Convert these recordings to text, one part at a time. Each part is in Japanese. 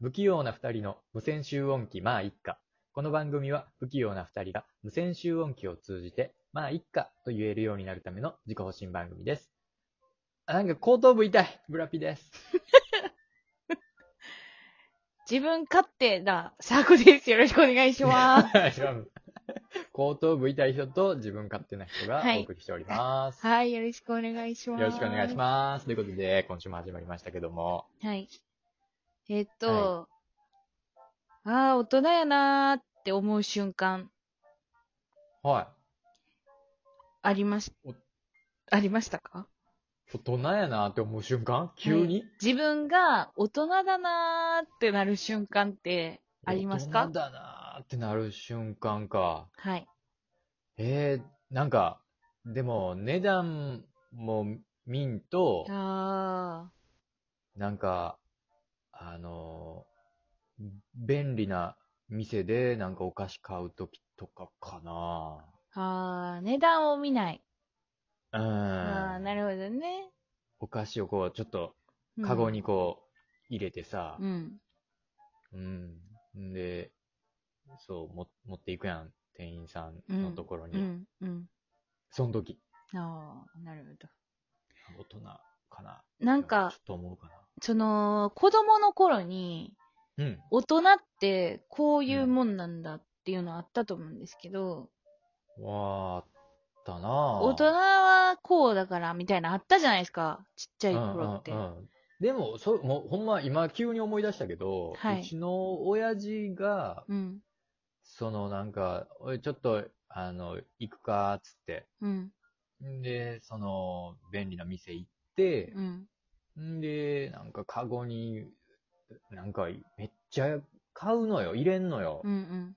不器用な二人の無線集音機まあ一家。この番組は不器用な二人が無線集音機を通じてまあ一家と言えるようになるための自己保身番組です。あなんか後頭部痛い。ブラピです。自分勝手な作です。よろしくお願いしま 後頭部痛い人と自分勝手な人がお送りしております。す。 はい、よろしくお願いします。よろしくお願いします。ということで、今週も始まりましたけども。す。はい。えっと、ああ、大人やなーって思う瞬間、はありましお、ありましたかい。大人やなって思う瞬間急に、自分が大人だなーってなる瞬間ってあります大か人だなーってなる瞬間か。はい。えー、なんか、でも、値段も見んと、あなんか、あのー便利な店でなんかお菓子買うときとかかなあ、ああ、値段を見ない。うん。ああ、なるほどね。お菓子をこう、ちょっと、うんカゴ。にこう、入れてさ、うん。うん。んで、そう、も、持っていくやん。店員さんのところうに。ん。うん。その時、ああ、なるほど。大人かな。なんかちょっ、と思うかその、子供の頃に、な。うん。大人ってこういうもんなんだっていうのあったと思うんですけど、わーあったなあ大人はこうだからみたいなあったじゃないですか、ちっちゃい頃って。うんうんうんでも、そう、もう、ほんま、今、急に思い出したけど、はいうちの親父が、うん、その、なんか、おい、ちょっと、あの、行くか、つって。うん、んで、その、便利な店行って、うん。んで、なんか、カゴに、なんか、めっちゃ買うのよ、入れんのよ。うん、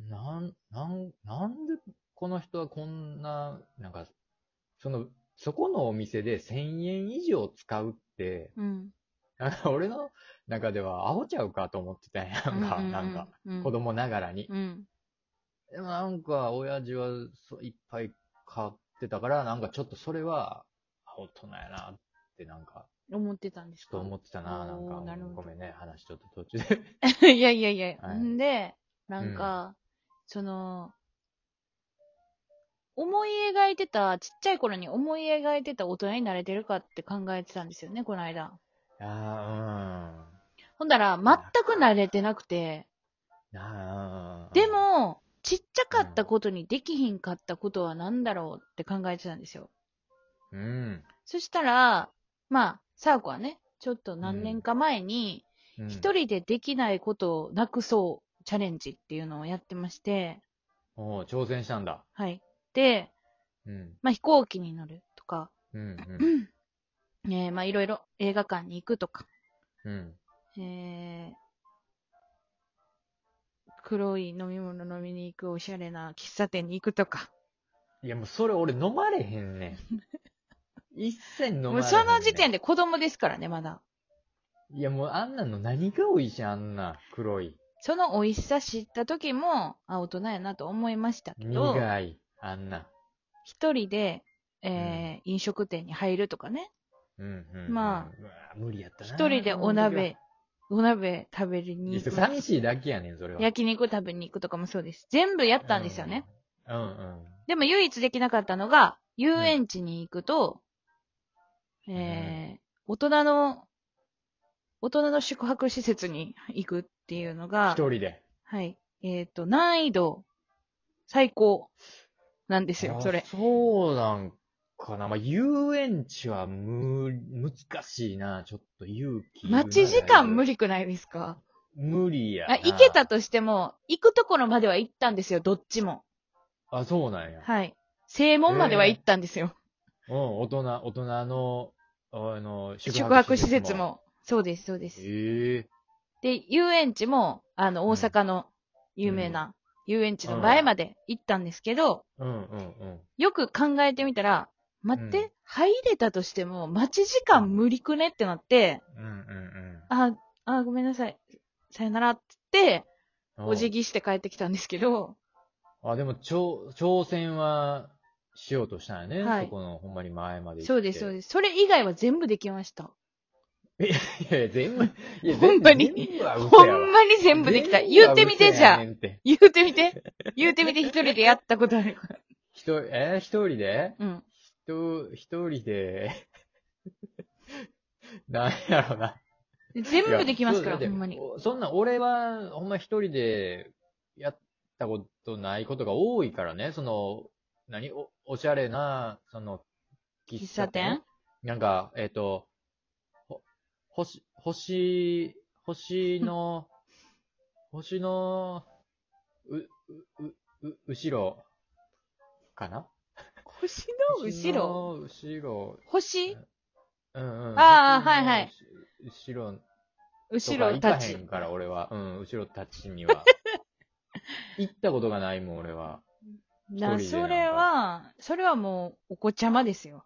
うん。なん、なん、なんでこの人はこんな、なんか、その、そこのお店で1000円以上使うって、うん。なんか俺の中ではアホちゃうかと思ってたんやんか、ううなんか、、うん子。供ながらに。うん。でもなんか、親父はそういっぱい買ってたから、なんかちょっとそれは、あ大人やなって、なんか、思ってたんですちょっとか思ってたな、なんおーかなるほ、どごめんね、話ちょっと途中で。 いやいやいや、はいんで、なんか、その、思い描いてた、ちっちゃい頃に思い描いてた大人になれてるかって考えてたんですよね、この間。あほんだら、全く慣れてなくて、ー、うん。あーで、も、ちっちゃかったことにできひんかったことは何だろうって考えてたんですよ。うん。そしたら、まあ、サーコはね、ちょっと何年か前に、うん一、人でできないことをなくそうチャレンジっていうのをやってまして、おー挑戦したんだ。はい。で、うん。まあ、飛行機に乗るとか、うん。うんえーまあ、いろいろ映画館に行くとか、うん。えー黒い飲み物飲みに行くおしゃれな喫茶店に行くとか、いや、もうそれ俺飲まれへんねん。一切飲まれへん、ねん。もうその時点で子供ですからね、まだ。いや、もうあんなの何が美味しいあんな黒い。その美味しさ知った時も、あ、大人やなと思いましたけど、苦い。あんな。一人で、えー飲食店に入るとかね、うんうん、うん。まあ。無理やったな。一人でお鍋、お鍋食べにいや。行く、寂しいだけやねん、それは。焼肉食べに行くとかもそうです。全部やったんですよね。うん。うんでも唯一できなかったのが、遊園地に行くと、えー、大人の、大人の宿泊施設に行くっていうのうん。が、一人で。はい。えっ、と、難易度、最高なんですよあ、それ。そうなんかな。まあ、遊園地はむ、難しいな。ちょっと勇気。待ち時間無理。理くないですか無理やな。あ行けたとしても、行くところまでは行ったんですよ、どっちも。あ、そうなんや。はい。正門までは行ったんですよ。うん、大人、大人の、あの、宿泊施設。も。そうです、そうです。ええで、遊園地も、あの、うん大阪の有名な遊園地の前まで行ったんですけど、うんうんよく考えてみたら、待って、うん入れたとしても、待ち時間無理くねってなって、うん。うんうんあ、あ、ごめんなさい、さよならって言って、うん。お辞儀して帰ってきたんですけど、あ、でも、挑、挑戦はしようとしたんやね。はいそこの、ほんまに前まで行って。そうです、そうす。です。それ以外は全部できました。いやいや、全部、いや、 ほんまに全部は嘘ほやわんまに全部できた。言ってみてじゃあ。。言ってみて。言ってみて一人でやったことあるから。一人、えー、一人でうん。人、一人で、 なんやろな。全部できますから、いやほんまに。。そうだってそんな、俺は、ほんま一人でやったことないことが多いからね、その、何お、おしゃれな、その、喫茶店なんか、えっ、と、ほ、星、星、星の、 星の、う、う、う、う、後ろ、かな星の後ろろ後ろ、星うんうん。あー星のはいはい。後ろ、後ろたちとか行かへ。んから、俺は。うん、後ろたちには。 行ったことがないもん、俺は。な、一人でそれは、それはもう、お子ちゃまですよ。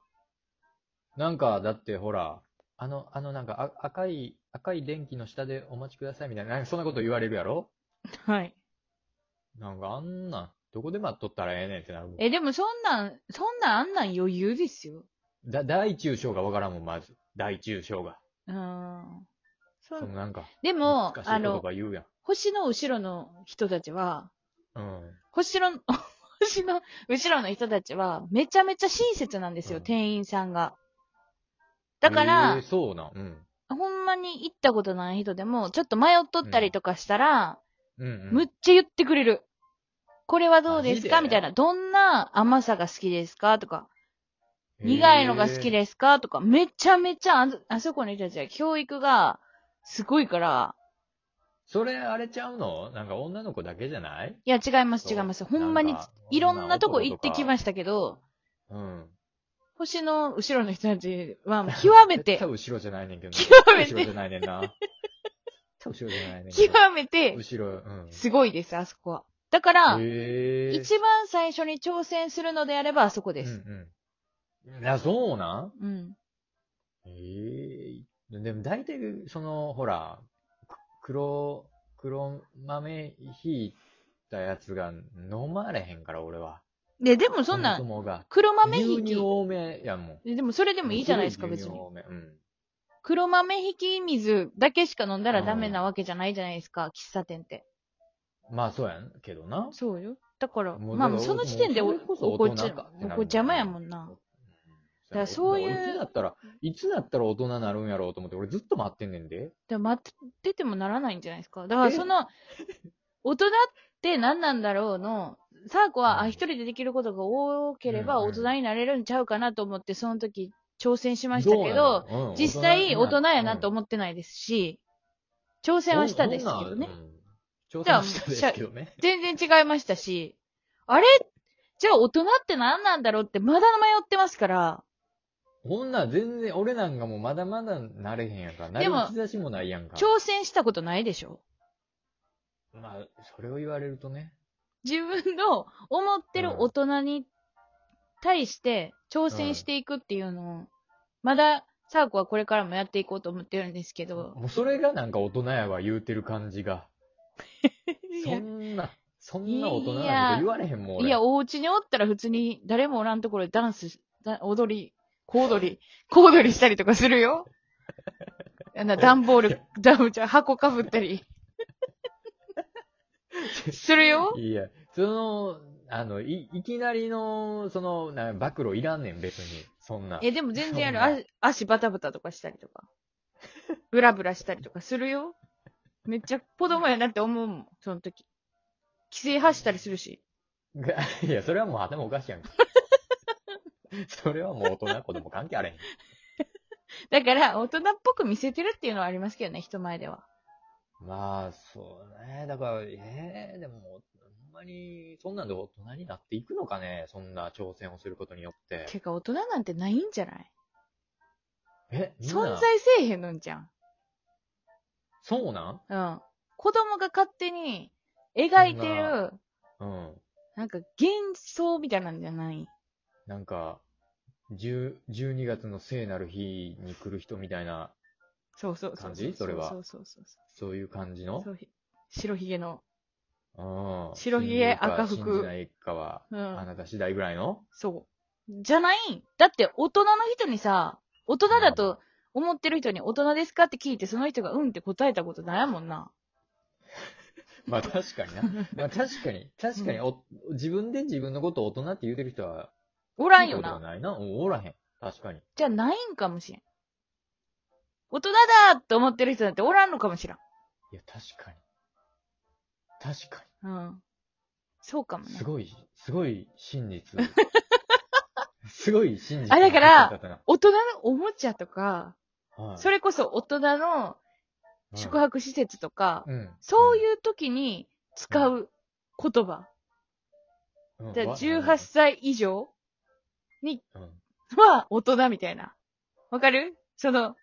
なんか、だってほら、あの、あのなんか、あ赤い、赤い電気の下でお待ちくださいみたいな、なんかそんなこと言われるやろはい。なんかあんなん、どこで待っとったらええねんってなるもん。え、でもそんなん、そんなんあんなん余裕ですよ。だ、大中小がわからんもん、まず。大中小が。うん。そそうのなんか、でも難しい、あ言の、葉言うやん。星の後ろの人たちは、うん。星の、 星の後ろの人たちは、めちゃめちゃ親切なんですよ、うん店員さんが。だかえーら、そうなん。うん。ほんまに行ったことない人でも、ちょっと迷っとったりとかしたら、うん、うん。むっちゃ言ってくれる。これはどうですかマジでみたいな。どんな甘さが好きですかとか、苦いのが好きで。ですかとか、めちゃめちゃあの、あそこの人たちは教育がすごいから、それ、あれちゃうのなんか女の子だけじゃないいや、違います、そ違ういます。ほんまになんか、いろんなとこ女行の子っとてかきましたけど、うん。星の後ろの人たちは、もう極めて 絶対、後ろじゃないねんけどな。極めて後ろじゃないねんな。絶対後ろじゃないねんけ極ど。めて、後ろ、うん。すごいです、あそこは。だから、へー一番最初に挑戦するのであれば、あそこです。うんうん。いや、そうなんうん。ええでも大体、その、ほら、く黒、黒豆ひいたやつが飲まれへんから、俺は。で、でもそんなそん、もそもが。黒豆牛引乳き。多めやもん。ででもそれでもいいじゃないですか、ご別牛に乳。多めうん。黒豆引き水だけしか飲んだらダメなわけじゃないじゃないですか、喫茶店って。まあ、そうやんけどな。そうよ。だから、もうまあだもうからその時点でおもうそれこそおこ大ち人かゃってなるおもんなこちゃまやもんな。だからそういうつだったら、いつだったら大人になるんやろうと思って、俺ずっと待ってんねんで。でも待っててもならないんじゃないですか。だからその、大人って何なんだろうの、サーコは、うあ、ん一人でできることが多ければうんうん大人になれるんちゃうかなと思って、その時挑戦しいましたけど、、うん実際大人やなとっ思ってないですし、挑戦はしたですけどね。。そんそんなうん挑戦はしたですけどね。全然違いましたし、あれじゃあ大人って何なんだろうってまだ迷ってますから、ほんなら全然、俺なんかもうまだまだなれへんやんか。なでるも兆しもないやんか。挑戦したことないでしょまあ、それを言われるとね。自分の思ってる大人に対して挑戦していくっていうのを、まだ、サーコはこれからもやっていこうと思ってるんですけど、もうそれがなんか大人やわ、言うてる感じが。そいんな、そんな大人なこと言われへんもん、や、俺。いやお家におったら普通に誰もおらんところでダンス、だ踊り、小踊り、小踊りしたりとかするよ。あの段ボール、ダムちゃん箱かぶったり。するよ。いや、その、あの、い、いきなりの、その、な、暴露いらんねん、別に。そんな。え、でも全然やる。そんな足足バタバタとかしたりとか。 ブラブラしたりとかするよ。めっちゃ子供やなって思うもん、その時。規制発したりするし。が いや、それはもう頭おかしいや んか。それはもう大人、子供関係あれへん。だから、大人っぽく見せてるっていうのはありますけどね、人前では。まあ、そうね。だから、ええでも、ほんまに、そんなんで大人になっていくのかね。そんな挑戦をすることによって。てか、大人なんてないんじゃないえ、みんな存在せえへんのんじゃん。そうなんうん。子供が勝手に描いてそんる、うん。なんか幻想みたいなんじゃないなんか、10 12月の聖なる日に来る人みたいな、そうそうそう。感じそれはそうそうそうそそういう感じうのそうひ。白ひげの。うん白ひ信じげるか赤服信じないかは、うんあなた次第ぐらいのそう。じゃないだって大人の人にさ、大人だと、思ってる人に大人ですかって聞いて、その人がうんって答えたことないもんな。 まあ確かにな。まあ確かに、確かにお、自分で自分のことを大人って言うてる人は、おらん聞いたよことがな。ないな。うんおらへん。確かに。じゃあないんかもしれん。大人だって思ってる人なんておらんのかもしらん。いや、確かに。確かうん。そうかもに。ねす。ごい、すごい真 実を。すごい真実。あだからら、大人のおもちゃとか、はい、それこそ大人の宿はい、泊施設とか、うん、そういう時に使う言葉。うん、うんじゃあ18、歳以上うんうんは大人みたいな。わかるその、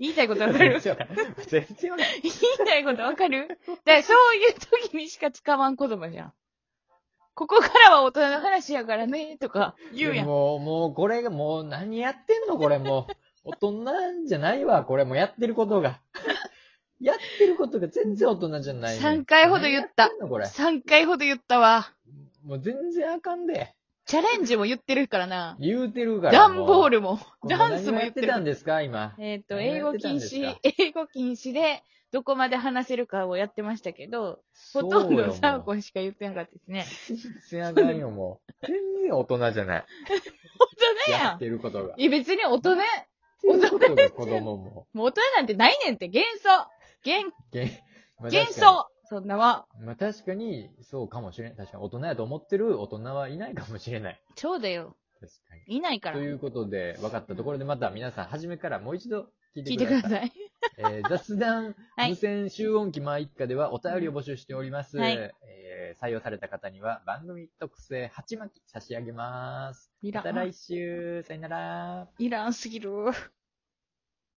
言いたい こと わか全る然わからん全然わからん言いたいことわかるだからそういう時にしか使わん言葉じゃん。ここからは大人の話やからね、とか言うやん。もう、もう、これが、もう、何やってんのこれ、もう。 大人じゃないわ、これ、もうやってることが。 やってることが全然大人じゃない。 3回ほど言っ何たやてんのこれ。 3回ほど言ったわ。もう全然あかんで。チャレンジも言ってるからな。言うてるから。ダンボール。ルも、ダンスも言って何をやってたんる。ですか、今。えっ、と、何を英やっ語てたん禁です止か、英語禁止で、どこまで話せるかをやってましたけど、ほとんどそうよサもーうコンしか言ってなかったですね。全然あかんよ、もう。全然大人じゃない。大人ややっんてることが。いや、別に大人、も大人が子供も。う大人なんてないねんって、幻想幻、げんまあ幻確かに想そんなは、まあ確かに、そうかもしれない。確かに大人やと思ってる大人はいないかもしれない。そうだよ。確かに。いないからと。いうことで、分かったところでまた皆さん、初めからもう一度聞い聞ていくてだくさい。ださ い。えー雑談 はい無線集音機まあ一家ではお便りを募集しております。はいえー採用された方には番組特製鉢巻き差し上げます。いまたらん来。週、さよなら。いらんすぎる。